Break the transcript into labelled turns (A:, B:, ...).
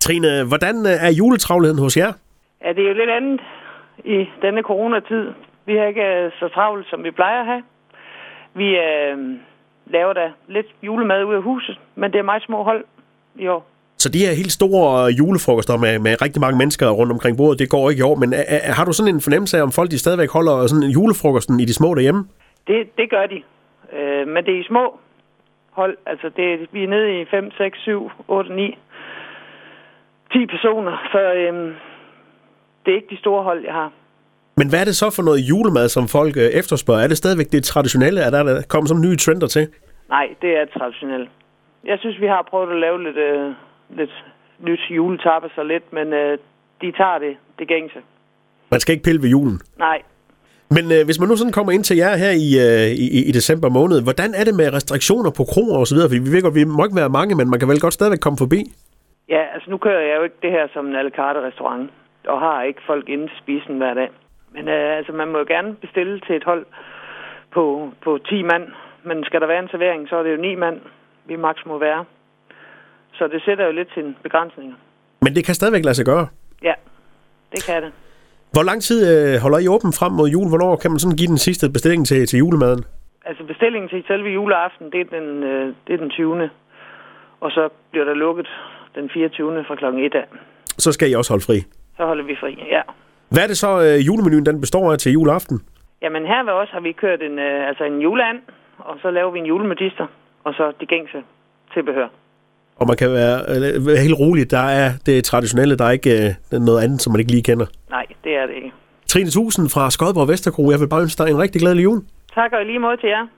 A: Trine, hvordan øh, er juletravligheden hos jer?
B: Ja, det er jo lidt andet i denne coronatid. Vi har ikke øh, så travlt, som vi plejer at have. Vi øh, laver da lidt julemad ud af huset, men det er meget små hold i år.
A: Så de her helt store øh, julefrokoster med, med rigtig mange mennesker rundt omkring bordet, det går ikke i år, men er, er, har du sådan en fornemmelse af, om folk de stadigvæk holder sådan en julefrokosten i de små derhjemme?
B: Det, det gør de. Øh, men det er i små hold. Altså, det, vi er nede i 5, 6, 7, 8, 9, 10 personer. Så øh, det er ikke de store hold, jeg har.
A: Men hvad er det så for noget julemad, som folk øh, efterspørger? Er det stadigvæk det traditionelle? Er der, der kommet sådan nye trender til?
B: Nej, det er traditionelt. Jeg synes, vi har prøvet at lave lidt, øh, lidt nyt juletapper så lidt, men øh, de tager det, det gængse.
A: Man skal ikke pille ved julen.
B: Nej,
A: Men øh, hvis man nu sådan kommer ind til jer her i, øh, i, i december måned, hvordan er det med restriktioner på kroer og så videre? Fordi vi ved godt, vi må ikke være mange, men man kan vel godt stadigvæk komme forbi?
B: Ja, altså nu kører jeg jo ikke det her som en à la carte restaurant, og har ikke folk inde til spisen hver dag. Men øh, altså, man må jo gerne bestille til et hold på, på 10 mand, men skal der være en servering, så er det jo 9 mand, vi maks må være. Så det sætter jo lidt sine begrænsninger.
A: Men det kan stadigvæk lade sig gøre.
B: Ja, det kan det.
A: Hvor lang tid øh, holder I åben frem mod jul? Hvornår kan man sådan give den sidste bestilling til, til julemaden?
B: Altså bestillingen til selve juleaften, det er den, øh, det er den 20. Og så bliver der lukket den 24. fra klokken 1 af.
A: Så skal I også holde fri.
B: Så holder vi fri, ja.
A: Hvad er det så, øh, julemenuen den består af til juleaften?
B: Jamen her ved os har vi kørt en, øh, altså en juleand, og så laver vi en julemedister, og så de gængse tilbehør.
A: Og man kan være øh, være helt rolig. Der er det traditionelle, der er ikke øh, noget andet, som man ikke lige kender.
B: Nej, det er det ikke.
A: Trine Tusen fra Skodborg Vesterkro, jeg vil bare ønske dig en rigtig glædelig jul.
B: Tak og i lige måde til jer.